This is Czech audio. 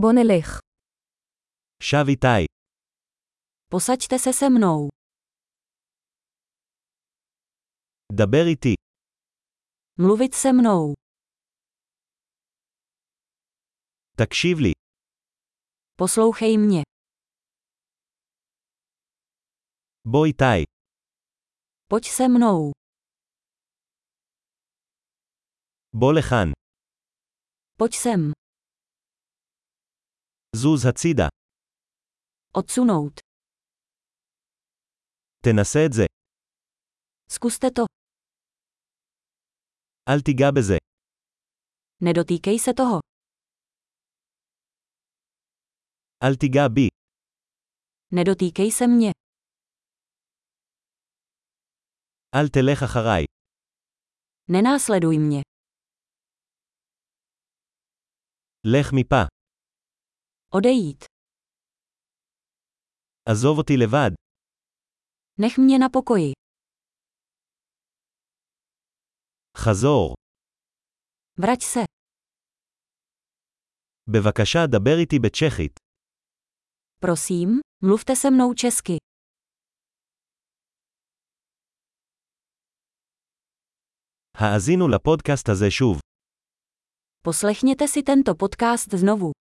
בוא נלך. שב איתי. Posaďte se se mnou. דבר איתי. Mluvit se mnou. תקשיב לי. Poslouchej mě. בוא איתי. Pojď se mnou. בוא לכאן. Pojď sem. זוז הצידה. Odsunout. תנסה את זה. Zkuste to. אל תיגע בזה. Nedotýkej se toho. אל תיגע בי. Nedotýkej se mě. אל תלך אחריי. Nenásleduj mě. לך מפה. Odejít. עזוב אותי לבד. Nech mě na pokoji. חזור. Vrať se. בבקשה דבר איתי בצ'כית. Prosím, mluvte se mnou česky. האזינו לפודקאסט הזה שוב. Poslechněte si tento podcast znovu.